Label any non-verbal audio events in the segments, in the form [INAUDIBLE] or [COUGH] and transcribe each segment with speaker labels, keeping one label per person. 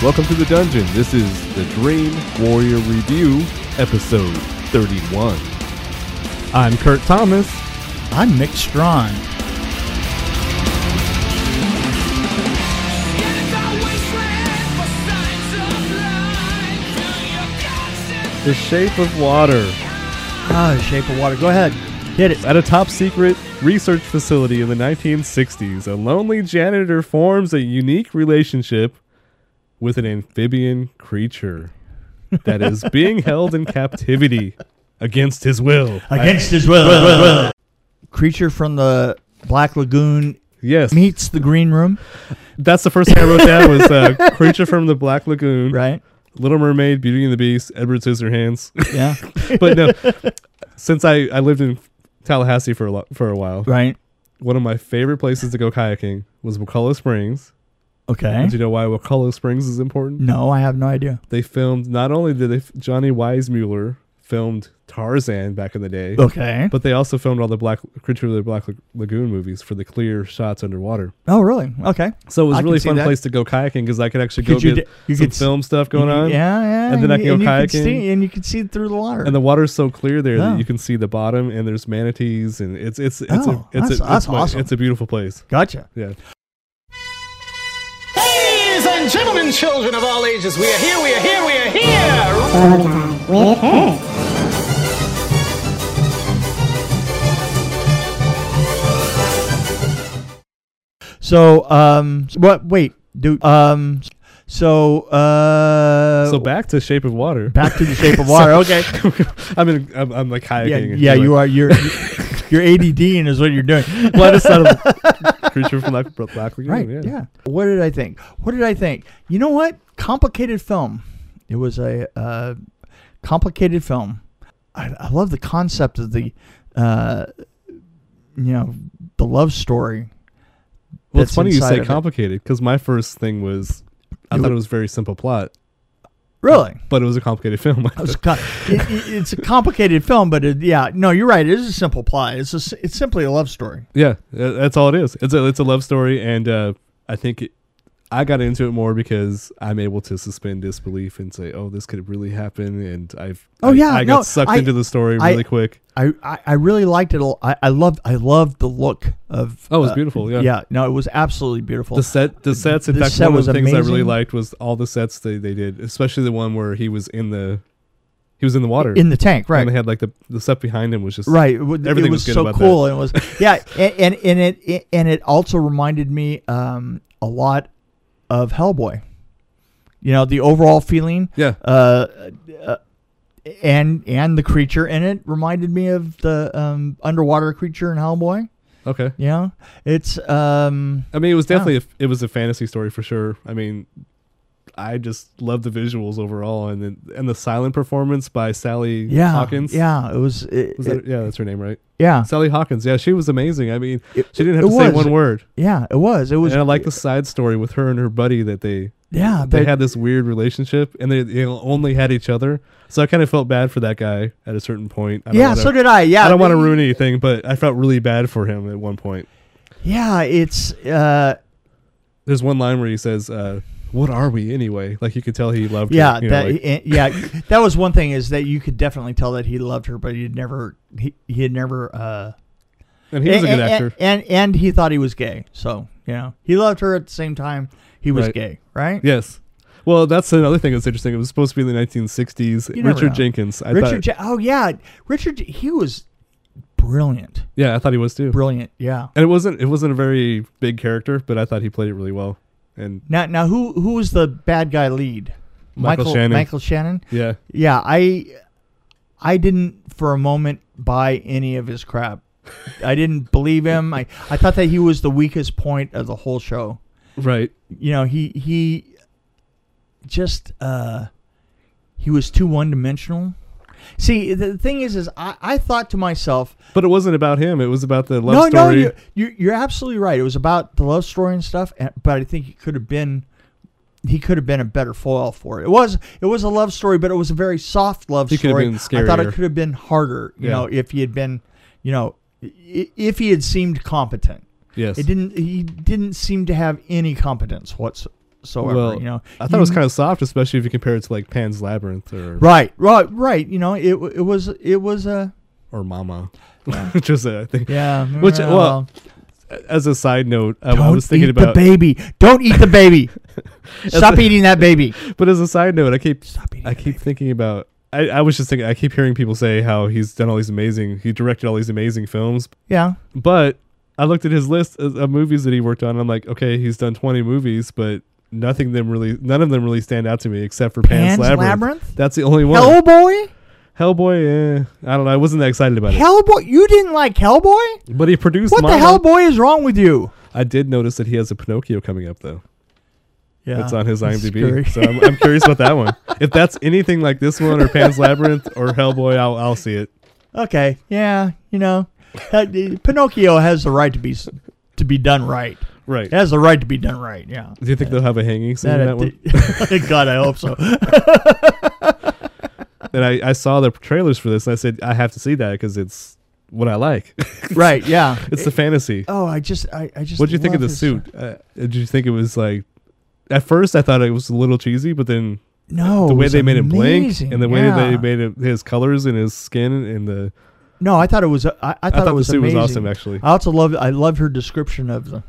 Speaker 1: Welcome to the dungeon. This is the Dream Warrior Review, episode 31. I'm Kurt Thomas.
Speaker 2: I'm Mick Strawn.
Speaker 1: The Shape of Water
Speaker 2: Ah, Shape of Water. Go ahead. Hit it.
Speaker 1: At a top secret research facility in the 1960s, a lonely janitor forms a unique relationship with an amphibian creature that
Speaker 2: [LAUGHS]
Speaker 1: is being held in captivity against his will.
Speaker 2: Against his will. Creature from the Black Lagoon
Speaker 1: Yes.
Speaker 2: meets the Green Room,
Speaker 1: That's the first thing I wrote down was
Speaker 2: [LAUGHS]
Speaker 1: uh, Creature from the Black Lagoon,
Speaker 2: right?
Speaker 1: Little Mermaid, Beauty and the Beast, Edward Scissorhands. [LAUGHS]
Speaker 2: Yeah.
Speaker 1: but no, since I, I lived in Tallahassee for a, lo- for a while,
Speaker 2: right.
Speaker 1: one of my favorite places to go kayaking was Wakulla Springs.
Speaker 2: Okay. Mm.
Speaker 1: Do you know why Wakulla Springs is important?
Speaker 2: No, I have no idea.
Speaker 1: They filmed not only did they Johnny Weissmuller filmed Tarzan back in the day,
Speaker 2: Okay.
Speaker 1: but they also filmed all the Black Creature of the Black Lag- Lagoon movies for the clear shots underwater.
Speaker 2: Oh, really? Okay.
Speaker 1: So it was
Speaker 2: I
Speaker 1: a
Speaker 2: can
Speaker 1: really
Speaker 2: see
Speaker 1: fun
Speaker 2: that.
Speaker 1: place to go kayaking because I could actually
Speaker 2: Could
Speaker 1: go
Speaker 2: you
Speaker 1: get
Speaker 2: d- you
Speaker 1: some
Speaker 2: could s-
Speaker 1: film stuff going on.
Speaker 2: Yeah, yeah.
Speaker 1: And then I
Speaker 2: you-
Speaker 1: can go
Speaker 2: you could
Speaker 1: kayaking.
Speaker 2: see, and you can see through the water.
Speaker 1: And the water's so clear there
Speaker 2: Oh.
Speaker 1: that you can see the bottom, and there's manatees, and it's it's it's
Speaker 2: Oh,
Speaker 1: a it's
Speaker 2: that's-
Speaker 1: a,
Speaker 2: that's
Speaker 1: it's, my-
Speaker 2: awesome.
Speaker 1: it's a beautiful place.
Speaker 2: gotcha.
Speaker 1: Yeah.
Speaker 3: Ladies and gentlemen, children of all ages, we are here, we are here, we are here!
Speaker 2: So, um, s- what? Wait, dude. Um, so, uh,
Speaker 1: so back to Shape of Water.
Speaker 2: back to the Shape
Speaker 1: [LAUGHS]
Speaker 2: of Water. okay.
Speaker 1: I'm in. I'm, I'm like
Speaker 2: Yeah,
Speaker 1: kayaking.
Speaker 2: yeah, you are. [LAUGHS] You're you're ADD, and is what you're doing.
Speaker 1: Well, I just thought of creature from Black, Black Lagoon.
Speaker 2: [LAUGHS] Right. Yeah.
Speaker 1: Yeah.
Speaker 2: What did I think? What did I think? You know what? Complicated film. It was a uh, complicated film. I, I love the concept of the, uh, you know, the love story.
Speaker 1: Well, it's
Speaker 2: that's
Speaker 1: funny you
Speaker 2: inside
Speaker 1: say
Speaker 2: of it.
Speaker 1: complicated because my first thing was, I
Speaker 2: It
Speaker 1: thought
Speaker 2: wa-
Speaker 1: it was a very simple plot,
Speaker 2: Really.
Speaker 1: but it was a complicated [LAUGHS] film.
Speaker 2: It was co- it- it- it's a complicated film, but it, yeah, no, you're right. It is a simple plot. It's a, s- it's simply a love story.
Speaker 1: yeah, uh, that's all it is. It's a it's a love story, and uh, I think it, I got into it more because I'm able to suspend disbelief and say, "Oh, this could really happen," and I've
Speaker 2: Oh,
Speaker 1: I-
Speaker 2: yeah,
Speaker 1: I
Speaker 2: no,
Speaker 1: got sucked
Speaker 2: I-
Speaker 1: into the story
Speaker 2: I-
Speaker 1: really quick.
Speaker 2: I, I, I really liked it. a l- I, I loved I loved the look of.
Speaker 1: Oh, it was
Speaker 2: uh,
Speaker 1: beautiful. Yeah.
Speaker 2: Yeah, no, it was absolutely beautiful.
Speaker 1: The set, the sets. In
Speaker 2: the
Speaker 1: fact,
Speaker 2: set
Speaker 1: one of
Speaker 2: was
Speaker 1: the things I really
Speaker 2: amazing.
Speaker 1: liked was all the sets they, they did, especially the one where he was in the, he was in the water,
Speaker 2: in the tank, right?
Speaker 1: And they had like the the stuff behind him was just
Speaker 2: Right. It, w-
Speaker 1: Everything
Speaker 2: it was,
Speaker 1: was good
Speaker 2: so
Speaker 1: about that.
Speaker 2: cool. And it was yeah, a- and and it, it and it also reminded me um, a lot of Hellboy. You know, the overall feeling
Speaker 1: Yeah,
Speaker 2: uh, uh, and and the creature in it reminded me of the um, underwater creature in Hellboy.
Speaker 1: okay.
Speaker 2: You know, it's um,
Speaker 1: I mean, it was
Speaker 2: Yeah.
Speaker 1: definitely a, it was a fantasy story for sure. I mean, I just love the visuals overall, and then and the silent performance by Sally
Speaker 2: yeah,
Speaker 1: Hawkins.
Speaker 2: yeah, it was, it,
Speaker 1: Was
Speaker 2: it-
Speaker 1: that, yeah, that's her name, right?
Speaker 2: yeah,
Speaker 1: Sally Hawkins. Yeah, she was amazing. I mean,
Speaker 2: It-
Speaker 1: she didn't have
Speaker 2: it
Speaker 1: to say
Speaker 2: was.
Speaker 1: one word.
Speaker 2: yeah, it was, it was,
Speaker 1: and I like the side story with her and her buddy that they
Speaker 2: yeah,
Speaker 1: they
Speaker 2: but-
Speaker 1: had this weird relationship and they, they only had each other. So I kind of felt bad for that guy at a certain point. I don't
Speaker 2: yeah,
Speaker 1: wanna-
Speaker 2: so did I, yeah,
Speaker 1: I don't want to
Speaker 2: but-
Speaker 1: ruin anything, but I felt really bad for him at one point.
Speaker 2: yeah, it's uh.
Speaker 1: there's one line where he says, uh, "What are we anyway?" Like you could tell he loved. her,
Speaker 2: Yeah,
Speaker 1: you know,
Speaker 2: that
Speaker 1: like-
Speaker 2: eh, yeah, [LAUGHS] that was one thing is that you could definitely tell that he loved her, but he'd never he, he had never uh
Speaker 1: and he was a
Speaker 2: and,
Speaker 1: good
Speaker 2: and-
Speaker 1: actor.
Speaker 2: And, and he thought he was gay. So, you know, he loved her at the same time he was
Speaker 1: Right.
Speaker 2: gay, right?
Speaker 1: Yes. Well, that's another thing that's interesting. It was supposed to be in the 1960s.
Speaker 2: You never
Speaker 1: Richard
Speaker 2: know.
Speaker 1: Jenkins. I
Speaker 2: Richard
Speaker 1: thought,
Speaker 2: Ja- Oh yeah, Richard he was brilliant.
Speaker 1: yeah, I thought he was too.
Speaker 2: Brilliant. Yeah.
Speaker 1: And it wasn't. It wasn't a very big character, but I thought he played it really well. And
Speaker 2: Now now who who was the bad guy lead?
Speaker 1: Michael Shannon.
Speaker 2: Michael Shannon?
Speaker 1: yeah,
Speaker 2: Yeah, I I didn't for a moment buy any of his crap. I didn't believe him. I, I thought that he was the weakest point of the whole show.
Speaker 1: right.
Speaker 2: You know, he he just uh he was too one dimensional. See, the thing is is I, I thought to myself,
Speaker 1: But it wasn't about him. It was about the
Speaker 2: no,
Speaker 1: love
Speaker 2: no,
Speaker 1: story.
Speaker 2: you, you you're absolutely right. It was about the love story and stuff, and, but I think he could have been he could have been a better foil for it. It was it was a love story, but it was a very soft love
Speaker 1: He could have
Speaker 2: story.
Speaker 1: been
Speaker 2: I thought it
Speaker 1: scarier.
Speaker 2: could have been harder, you
Speaker 1: Yeah.
Speaker 2: know, if he had been, you know, i- if he had seemed competent.
Speaker 1: yes.
Speaker 2: It didn't he didn't seem to have any competence whatsoever. whatsoever.
Speaker 1: Well,
Speaker 2: you know,
Speaker 1: I thought it was kind of soft, especially if you compare it to like Pan's Labyrinth or
Speaker 2: right, right, right. You know, it it was it was a
Speaker 1: or Mama, [LAUGHS] which was a thing.
Speaker 2: yeah.
Speaker 1: Which, well, As a side note, uh,
Speaker 2: don't
Speaker 1: I was thinking
Speaker 2: eat
Speaker 1: about.
Speaker 2: the baby. Don't eat
Speaker 1: [LAUGHS]
Speaker 2: the baby. Stop eating that baby.
Speaker 1: But as a side note, I keep
Speaker 2: Stop eating.
Speaker 1: I
Speaker 2: that
Speaker 1: keep thinking about. I, I was just thinking. I keep hearing people say how he's done all these amazing. He directed all these amazing films,
Speaker 2: baby. yeah.
Speaker 1: but I looked at his list of of movies that he worked on. And I'm like, okay, he's done 20 movies, but nothing of them really, none of them really stand out to me except for Pan's,
Speaker 2: Pan's
Speaker 1: Labyrinth.
Speaker 2: Labyrinth?
Speaker 1: That's the only one.
Speaker 2: Hellboy.
Speaker 1: Hellboy. Eh, I don't know. I wasn't that excited about
Speaker 2: Hellboy. You didn't like Hellboy?
Speaker 1: it. But he produced.
Speaker 2: What the
Speaker 1: Mama.
Speaker 2: Hellboy is wrong with you?
Speaker 1: I did notice that he has a Pinocchio coming up though.
Speaker 2: Yeah,
Speaker 1: That's on his
Speaker 2: that's
Speaker 1: IMDb.
Speaker 2: scary.
Speaker 1: So I'm, I'm curious about that one. If that's anything like this one or Pan's Labyrinth or Hellboy, I'll, I'll see it.
Speaker 2: [LAUGHS] okay. Yeah. You know, uh, Pinocchio has the right to be s- to be done right.
Speaker 1: Right.
Speaker 2: It has the right to be done right. Yeah.
Speaker 1: Do you think they'll have a hanging scene in that one?
Speaker 2: [LAUGHS] God, I
Speaker 1: [LAUGHS]
Speaker 2: hope so.
Speaker 1: And I, I saw the trailers for this and I said, I have to see that because it's what I like. [LAUGHS]
Speaker 2: right. Yeah.
Speaker 1: it's the fantasy.
Speaker 2: Oh, I just, I, I just.
Speaker 1: What did you think of
Speaker 2: love
Speaker 1: the
Speaker 2: his-
Speaker 1: suit? Uh, did you think it was like. At first, I thought it was a little cheesy, but then
Speaker 2: No,
Speaker 1: the
Speaker 2: Oh, it
Speaker 1: way
Speaker 2: was
Speaker 1: they made him blink
Speaker 2: amazing,
Speaker 1: and the way
Speaker 2: yeah.
Speaker 1: they made it, his colors and his skin and the.
Speaker 2: No, I thought it was. I, I, thought,
Speaker 1: thought
Speaker 2: it
Speaker 1: the
Speaker 2: was
Speaker 1: suit was
Speaker 2: amazing. Uh,
Speaker 1: awesome, actually.
Speaker 2: I also love. I love her description of the.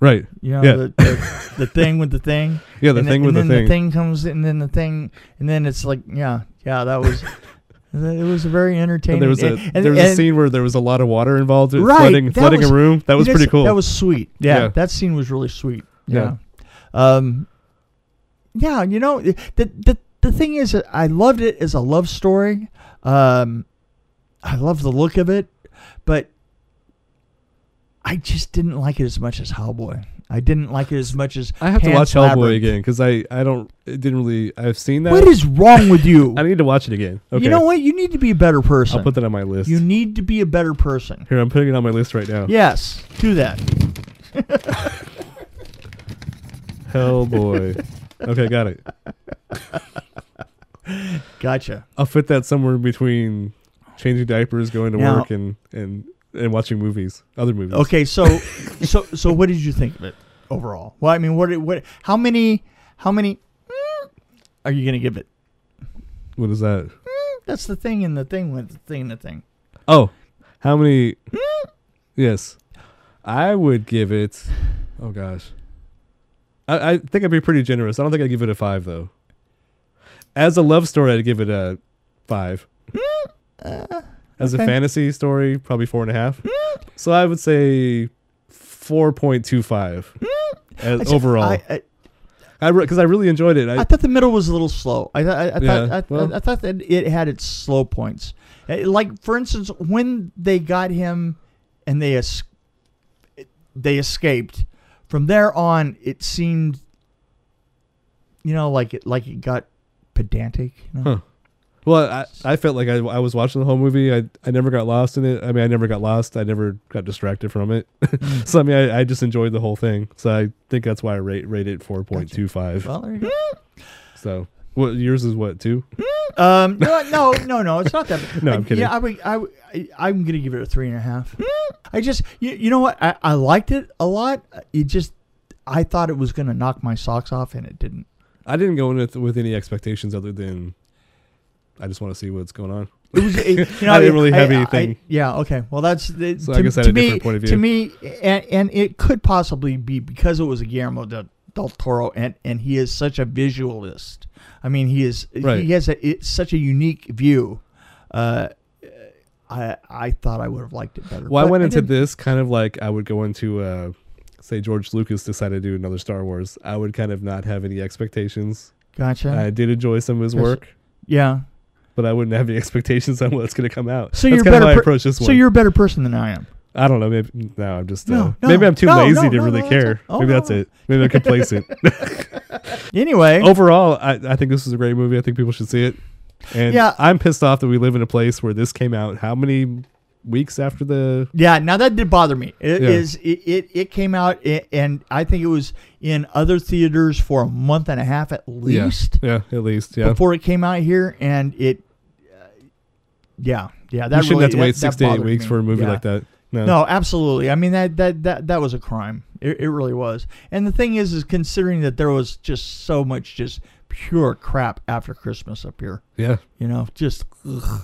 Speaker 1: Right.
Speaker 2: You know,
Speaker 1: Yeah.
Speaker 2: the, the,
Speaker 1: [LAUGHS]
Speaker 2: the thing with the thing.
Speaker 1: Yeah, the
Speaker 2: and
Speaker 1: thing
Speaker 2: then,
Speaker 1: with the
Speaker 2: and then
Speaker 1: thing.
Speaker 2: the thing comes, and then the thing, and then it's like, yeah, yeah,
Speaker 1: [LAUGHS]
Speaker 2: that was. it was very
Speaker 1: And
Speaker 2: entertaining.
Speaker 1: there was a
Speaker 2: And- and-
Speaker 1: there was a
Speaker 2: and-
Speaker 1: scene where there was a lot of water involved, in
Speaker 2: Right,
Speaker 1: flooding
Speaker 2: that
Speaker 1: flooding
Speaker 2: was-
Speaker 1: a room. That was
Speaker 2: Yes,
Speaker 1: pretty cool.
Speaker 2: That was sweet. Yeah,
Speaker 1: Yeah.
Speaker 2: that scene was really sweet.
Speaker 1: Yeah.
Speaker 2: Yeah. Um, yeah, you know, the the the thing is, that I loved it as a love story. Um, I love the look of it, but I just didn't like it as much as Hellboy. I didn't like it as much as
Speaker 1: I have to watch
Speaker 2: Pan's
Speaker 1: Hellboy
Speaker 2: Labyrinth.
Speaker 1: again because I I don't it didn't really I've seen that.
Speaker 2: What is wrong with [LAUGHS] you?
Speaker 1: I need to watch it again. Okay,
Speaker 2: You know what? You need to be a better person.
Speaker 1: I'll put that on my list.
Speaker 2: you need to be a better person.
Speaker 1: Here, I'm putting it on my list right now.
Speaker 2: Yes, do that. [LAUGHS]
Speaker 1: Hellboy. okay, got it.
Speaker 2: Gotcha.
Speaker 1: I'll fit that somewhere in between changing diapers, going to
Speaker 2: Now-
Speaker 1: work, and and and watching movies, other movies.
Speaker 2: Okay, so [LAUGHS] so so what did you think of it overall? Well, I mean, what what how many how many mm, are you going to give it?
Speaker 1: What is that?
Speaker 2: Mm, That's the thing and the thing with the thing and the thing.
Speaker 1: Oh, how many?
Speaker 2: Mm.
Speaker 1: yes, I would give it. Oh gosh, I, I think I'd be pretty generous. I don't think I'd give it a five though. As a love story, I'd give it a five. As
Speaker 2: Mm. Uh, okay. Mm.
Speaker 1: a fantasy story, probably four and a half. so I would say four point two five.
Speaker 2: Mm. I
Speaker 1: As
Speaker 2: said-
Speaker 1: overall,
Speaker 2: I, I,
Speaker 1: I because I, really enjoyed it. I,
Speaker 2: I thought the middle was a little slow. I, I, I thought
Speaker 1: Yeah,
Speaker 2: I,
Speaker 1: well-
Speaker 2: I, thought that it had its slow points. Eh, Like for instance, when they got him and they es- they escaped. From there on, it seemed, you know, like it like it got pedantic. You know?
Speaker 1: Huh. well, I, I felt like I, I was watching the whole movie. I, I never got lost in it. I mean, I never got lost. I never got distracted from it. [LAUGHS]
Speaker 2: Mm.
Speaker 1: so I mean, I, I just enjoyed the whole thing. So I think that's why I rate rate it four point two five.
Speaker 2: Well, there you go.
Speaker 1: So what yours is what two?
Speaker 2: Um, no, no, no, no, it's not that.
Speaker 1: [LAUGHS]
Speaker 2: bad.
Speaker 1: No, I'm kidding. Hmm.
Speaker 2: Yeah, I would, I, would- I, I'm gonna give it a three and a half. I just, you, you know what? I, I liked it a lot. It just, I thought it was gonna knock my socks off, and it didn't.
Speaker 1: I didn't go in with, with any expectations other than I just want to see what's going on. [LAUGHS]
Speaker 2: It was, it, you know,
Speaker 1: I didn't
Speaker 2: it-
Speaker 1: really have
Speaker 2: I- I-
Speaker 1: anything.
Speaker 2: yeah. Okay. Well, that's the,
Speaker 1: So
Speaker 2: to,
Speaker 1: I guess I had
Speaker 2: to
Speaker 1: a
Speaker 2: me,
Speaker 1: different point of
Speaker 2: To
Speaker 1: view.
Speaker 2: me, and, and it could possibly be because it was a Guillermo del, del Toro, and and he is such a visualist. I mean, he is
Speaker 1: Right.
Speaker 2: he has a, it's such a unique view. Uh, I I thought I would have liked it better.
Speaker 1: Well,
Speaker 2: but
Speaker 1: I went into
Speaker 2: didn't.
Speaker 1: this kind of like I would go into, uh, say, George Lucas decided to do another Star Wars. I would kind of not have any expectations.
Speaker 2: Gotcha.
Speaker 1: I did enjoy some of his
Speaker 2: Yes.
Speaker 1: work.
Speaker 2: yeah.
Speaker 1: but I wouldn't have any [LAUGHS] expectations on what's going to come out.
Speaker 2: So
Speaker 1: That's
Speaker 2: you're
Speaker 1: kind
Speaker 2: better.
Speaker 1: of how I
Speaker 2: per-
Speaker 1: approach this
Speaker 2: so
Speaker 1: one.
Speaker 2: you're a better person than I am.
Speaker 1: I don't know. Maybe no, I'm just uh,
Speaker 2: No, no,
Speaker 1: maybe I'm too
Speaker 2: no,
Speaker 1: lazy
Speaker 2: no,
Speaker 1: to
Speaker 2: no,
Speaker 1: really
Speaker 2: no, that's
Speaker 1: care.
Speaker 2: all- oh,
Speaker 1: maybe
Speaker 2: no,
Speaker 1: that's
Speaker 2: no.
Speaker 1: it. Maybe I'm [LAUGHS] complacent.
Speaker 2: Anyway.
Speaker 1: Overall, I, I think this is a great movie. I think people should see it. And
Speaker 2: Yeah.
Speaker 1: I'm pissed off that we live in a place where this came out. How many weeks after the?
Speaker 2: Yeah, now that did bother me. It
Speaker 1: Yeah.
Speaker 2: is- it, it, it came out i- and I think it was in other theaters for a month and a half at least
Speaker 1: Yeah, yeah at least. Yeah,
Speaker 2: before it came out here, and it, uh, yeah, yeah, that
Speaker 1: you shouldn't
Speaker 2: really,
Speaker 1: have to
Speaker 2: that-
Speaker 1: wait
Speaker 2: that
Speaker 1: six to eight
Speaker 2: bothered
Speaker 1: weeks
Speaker 2: me.
Speaker 1: for a movie
Speaker 2: Yeah.
Speaker 1: like that. No.
Speaker 2: No, absolutely. I mean that that that that was a crime. It, it really was. And the thing is, is considering that there was just so much just pure crap after Christmas up here.
Speaker 1: Yeah.
Speaker 2: You know, just ugh.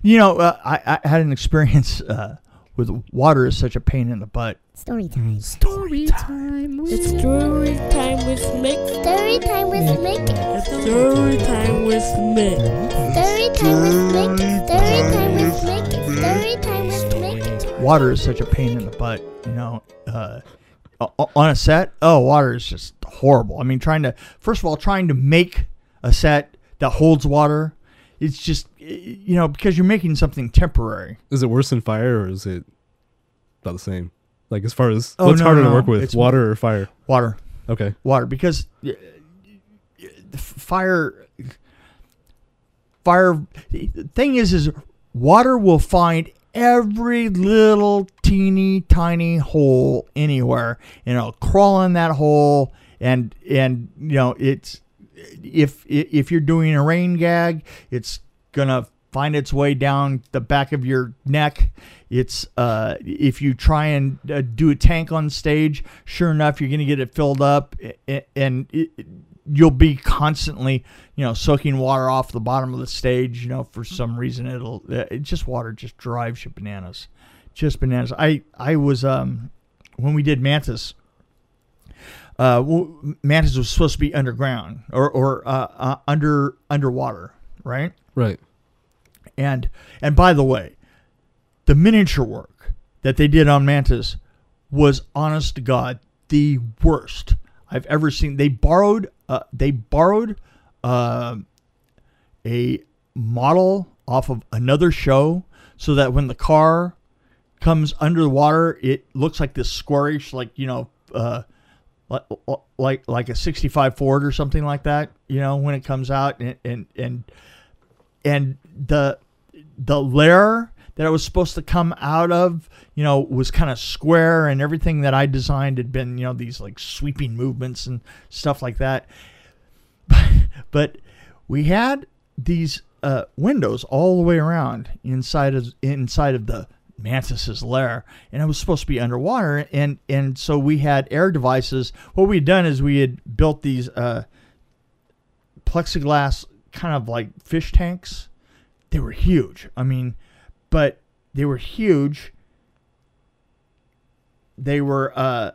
Speaker 2: you know, uh, I I had an experience uh, with water is such a pain in the butt.
Speaker 4: Story time. Story time. It's story time with Mick.
Speaker 5: Story time with Mick.
Speaker 4: Story time with Mick.
Speaker 5: Story time with Mick. Story time with Mick. Story time with Mick.
Speaker 2: Water is such a pain in the butt. You know, uh, o- on a set, oh, water is just horrible. I mean, trying to first of all, trying to make a set that holds water, it's just you know because you're making something temporary.
Speaker 1: Is it worse than fire or is it about the same? Like as far as
Speaker 2: Oh,
Speaker 1: what's
Speaker 2: no,
Speaker 1: harder
Speaker 2: no,
Speaker 1: to work with,
Speaker 2: it's-
Speaker 1: water or fire?
Speaker 2: Water,
Speaker 1: Okay.
Speaker 2: water, because uh, the f- fire, fire. The thing is, is water will find every little teeny tiny hole anywhere, and it'll crawl in that hole, and and you know it's if if you're doing a rain gag, it's gonna find its way down the back of your neck. It's uh, if you try and uh, do a tank on stage, sure enough, you're gonna get it filled up, a- a- and it, you'll be constantly, you know, soaking water off the bottom of the stage. You know, for some reason, it'll uh, it just water just drives you bananas, just bananas. I I was um when we did Mantis uh, well, Mantis was supposed to be underground or, or uh, uh, under underwater, right? [LAUGHS]
Speaker 1: Right.
Speaker 2: And and by the way, the miniature work that they did on Mantis was honest to God the worst I've ever seen. They borrowed uh, they borrowed uh, a model off of another show so that when the car comes under the water, it looks like this squarish, like you know, uh, like like like a '65 Ford or something like that. You know, when it comes out and and and and the the lair that I was supposed to come out of, you know, was kind of square, and everything that I designed had been, you know, these like sweeping movements and stuff like that. [LAUGHS] but we had these uh, windows all the way around inside of inside of the mantis's lair, and it was supposed to be underwater, and and so we had air devices. What we had done is we had built these. Uh, plexiglass kind of like fish tanks. They were huge. I mean, but they were huge. They were uh,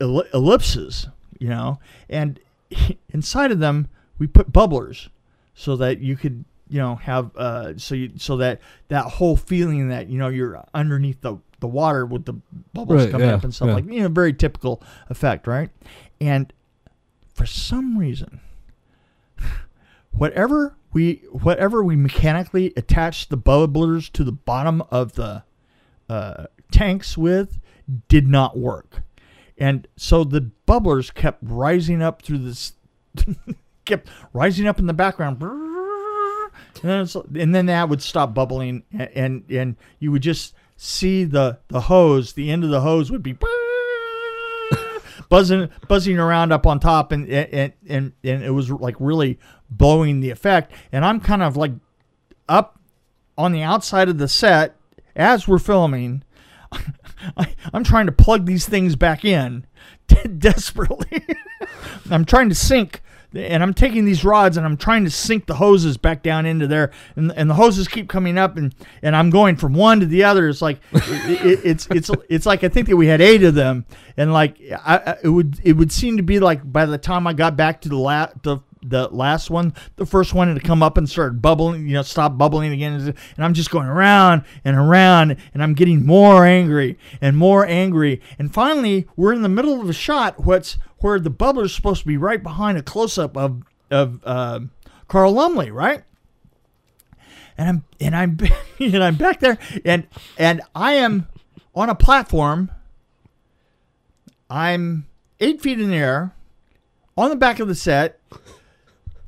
Speaker 2: elli- ellipses, you know, and [LAUGHS] inside of them we put bubblers so that you could you know have uh, so you so that that whole feeling that you know you're underneath the the water with the bubbles
Speaker 1: Right,
Speaker 2: coming
Speaker 1: yeah,
Speaker 2: up and stuff
Speaker 1: yeah.
Speaker 2: like you know very typical effect right and for some reason [LAUGHS] whatever we whatever we mechanically attached the bubblers to the bottom of the uh, tanks with did not work, and so the bubblers kept rising up through this, [LAUGHS] kept rising up in the background. And then, it's, and then that would stop bubbling, and, and and you would just see the the hose. The end of the hose would be buzzing buzzing around up on top and and and, and it was like really blowing the effect and i'm kind of like up on the outside of the set as we're filming I, [LAUGHS] i'm trying to plug these things back in [LAUGHS] desperately i'm trying to sink and i'm taking these rods and i'm trying to sink the hoses back down into there and, and the hoses keep coming up and, and i'm going from one to the other it's like it, it- it's it's it's like i think that we had eight of them and like I, I it would it would seem to be like by the time i got back to the la- the the last one, the first one to come up and start bubbling, you know, stop bubbling again. And I'm just going around and around and I'm getting more angry and more angry. And finally, we're in the middle of a shot what's where the bubbler's supposed to be right behind a close up of, of uh, Carl Lumley, right? and I'm and I'm [LAUGHS] and I'm back there and and I am on a platform. I'm eight feet in the air, on the back of the set.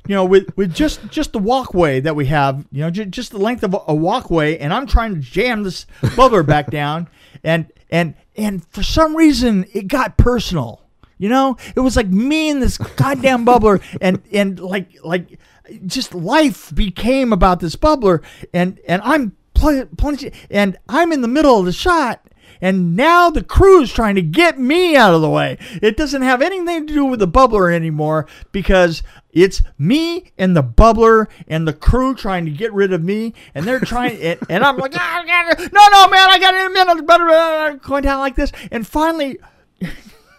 Speaker 2: You know, with with just just the walkway that we have, you know, j- just the length of a- a walkway, and I'm trying to jam this bubbler back [LAUGHS] down, and and and for some reason it got personal. You know, it was like me and this goddamn bubbler, and and like like just life became about this bubbler, and and I'm pl- plunging, and I'm in the middle of the shot, And now the crew is trying to get me out of the way. It doesn't have anything to do with the bubbler anymore because it's me and the bubbler and the crew trying to get rid of me. And they're trying, and, and I'm like, [LAUGHS] "Ah, I gotta- no, no, man, I got to admit, blah, blah, blah," going down like this. And finally, [LAUGHS]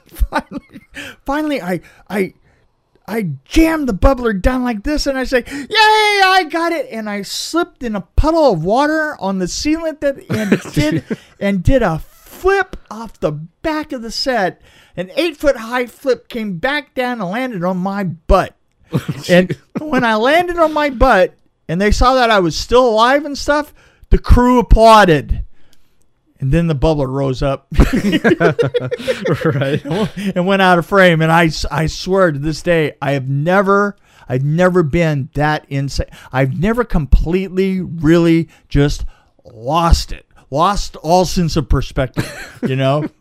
Speaker 2: finally, finally, I, I, I jammed the bubbler down like this and I say, Yay, I got it. And I slipped in a puddle of water on the sealant that and did and did a flip off the back of the set. An eight foot high flip came back down and landed on my butt. and when I landed on my butt and they saw that I was still alive and stuff, the crew applauded. And then the bubbler rose up [LAUGHS]
Speaker 1: right.
Speaker 2: and went out of frame. And I, s- I swear to this day, I have never, I've never been that insane. I've never completely, really just lost it. Lost all sense of perspective, you know? [LAUGHS]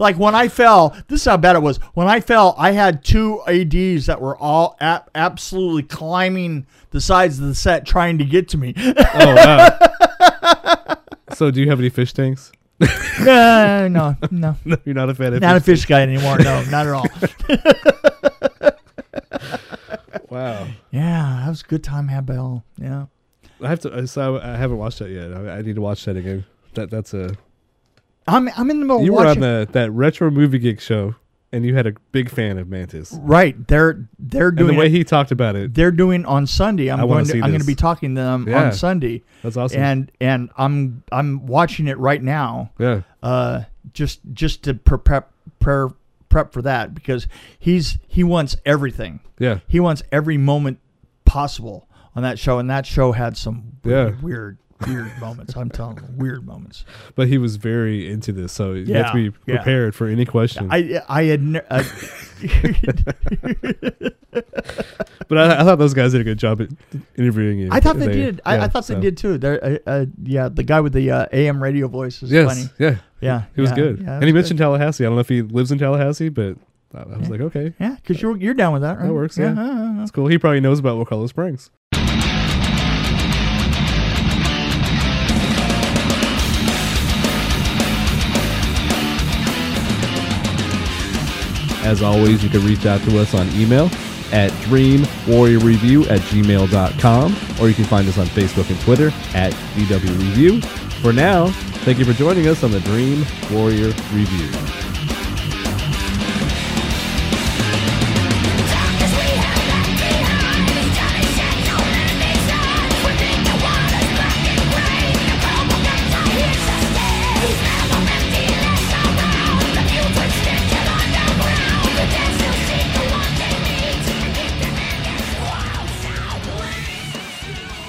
Speaker 2: like when I fell, this is how bad it was. When I fell, I had two ADs that were all a- absolutely climbing the sides of the set trying to get to me. [LAUGHS]
Speaker 1: Oh wow. so do you have any fish tanks? [LAUGHS]
Speaker 2: no, no, no.
Speaker 1: No, you're not a fan of
Speaker 2: Not a
Speaker 1: fish.
Speaker 2: fish guy anymore. No, not at all.
Speaker 1: Wow.
Speaker 2: Yeah, that was a good time had by all. Yeah.
Speaker 1: I have to. I- So I I haven't watched that yet. I, I need to watch that again. That that's a.
Speaker 2: I'm I'm in the middle
Speaker 1: You
Speaker 2: of
Speaker 1: were on
Speaker 2: Oh,
Speaker 1: the
Speaker 2: watching.
Speaker 1: that retro movie geek show, and you had a big fan of Mantis.
Speaker 2: right. They're they're
Speaker 1: And
Speaker 2: doing
Speaker 1: the way
Speaker 2: it-
Speaker 1: he talked about it,
Speaker 2: they're doing on Sunday. I'm
Speaker 1: I wanna
Speaker 2: going to
Speaker 1: see
Speaker 2: I'm going
Speaker 1: this.
Speaker 2: to be talking to them
Speaker 1: Yeah.
Speaker 2: on Sunday.
Speaker 1: that's awesome.
Speaker 2: And and I'm I'm watching it right now.
Speaker 1: yeah.
Speaker 2: Uh just just to pre- prep prep prep for that because he's he wants everything.
Speaker 1: Yeah.
Speaker 2: He wants every moment possible on that show and that show had some
Speaker 1: Yeah.
Speaker 2: really weird weird moments. I'm telling you, weird moments.
Speaker 1: But he was very into this, so you have to
Speaker 2: Yeah,
Speaker 1: be
Speaker 2: yeah.
Speaker 1: prepared for any question.
Speaker 2: I I had ne- I, [LAUGHS]
Speaker 1: but I, I thought those guys did a good job at interviewing you.
Speaker 2: I thought they,
Speaker 1: And
Speaker 2: did. I,
Speaker 1: yeah,
Speaker 2: I thought
Speaker 1: so.
Speaker 2: they did too. They're, Uh, uh, yeah, the guy with the uh, AM radio voice is
Speaker 1: Yes.
Speaker 2: funny.
Speaker 1: Yeah.
Speaker 2: Yeah,
Speaker 1: He was
Speaker 2: yeah,
Speaker 1: good.
Speaker 2: yeah, it
Speaker 1: and he
Speaker 2: was
Speaker 1: mentioned Tallahassee. I don't know if he lives in Tallahassee, but I, I was like, okay,
Speaker 2: good. Yeah, because you're you're down with that, right?
Speaker 1: that works. Yeah.
Speaker 2: uh, uh, uh.
Speaker 1: That's cool. He probably knows about Wakulla Springs. As always, you can reach out to us on email at dreamwarriorreview at gmail.com, or you can find us on Facebook and Twitter at DW Review. For now, thank you for joining us on the Dream Warrior Review.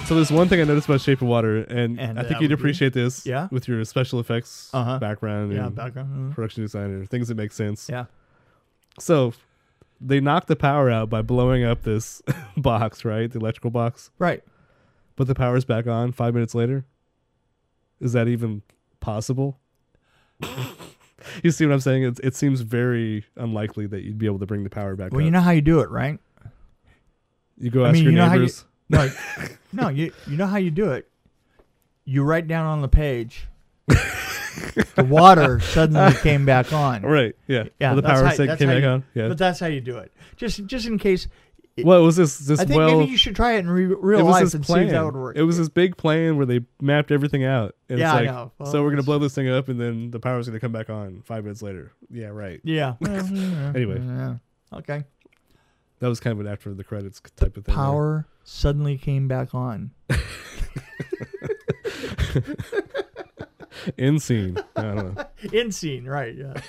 Speaker 1: So there's one thing I noticed about Shape of Water, and,
Speaker 2: And
Speaker 1: I think you'd
Speaker 2: that would be-
Speaker 1: appreciate this,
Speaker 2: Yeah?
Speaker 1: with your special effects
Speaker 2: Uh-huh.
Speaker 1: background,
Speaker 2: yeah,
Speaker 1: and
Speaker 2: background. uh,
Speaker 1: production designer, things that make sense.
Speaker 2: Yeah,
Speaker 1: So they knocked the power out by blowing up this [LAUGHS] box, right? The electrical box,
Speaker 2: right.
Speaker 1: but the power's back on five minutes later. Is that even
Speaker 2: [LAUGHS]
Speaker 1: possible? you see what I'm saying? It, it seems very unlikely that you'd be able to bring the power back.
Speaker 2: Well,
Speaker 1: up.
Speaker 2: you know how you do
Speaker 1: [LAUGHS]
Speaker 2: it, right?
Speaker 1: you go
Speaker 2: I
Speaker 1: ask
Speaker 2: mean,
Speaker 1: your
Speaker 2: you know how you-
Speaker 1: neighbors.
Speaker 2: No, no, you you know how you do it. You write down on the page. the
Speaker 1: [LAUGHS]
Speaker 2: water suddenly came back on.
Speaker 1: right? Yeah.
Speaker 2: Yeah,
Speaker 1: Well, the
Speaker 2: that's
Speaker 1: power
Speaker 2: how-
Speaker 1: said-
Speaker 2: that's
Speaker 1: came
Speaker 2: how
Speaker 1: back
Speaker 2: you-
Speaker 1: on. Yeah.
Speaker 2: But that's how you do it. Just just in case.
Speaker 1: Well, it was this this
Speaker 2: I think
Speaker 1: well.
Speaker 2: maybe you should try it in re- real life and see if that would work.
Speaker 1: It was this big plan where they mapped everything out. And
Speaker 2: Yeah, I
Speaker 1: it's like,
Speaker 2: know. Well,
Speaker 1: so we're gonna
Speaker 2: that's-
Speaker 1: blow this thing up, and then the power's gonna come back on five minutes later. Yeah, right.
Speaker 2: [LAUGHS] Yeah.
Speaker 1: Anyway.
Speaker 2: Mm-hmm. Yeah. Okay.
Speaker 1: That was kind of an after the credits c- type of thing. there. [LAUGHS]
Speaker 2: Power suddenly came back on.
Speaker 1: in scene. I don't know.
Speaker 2: [LAUGHS] In scene, right? Yeah.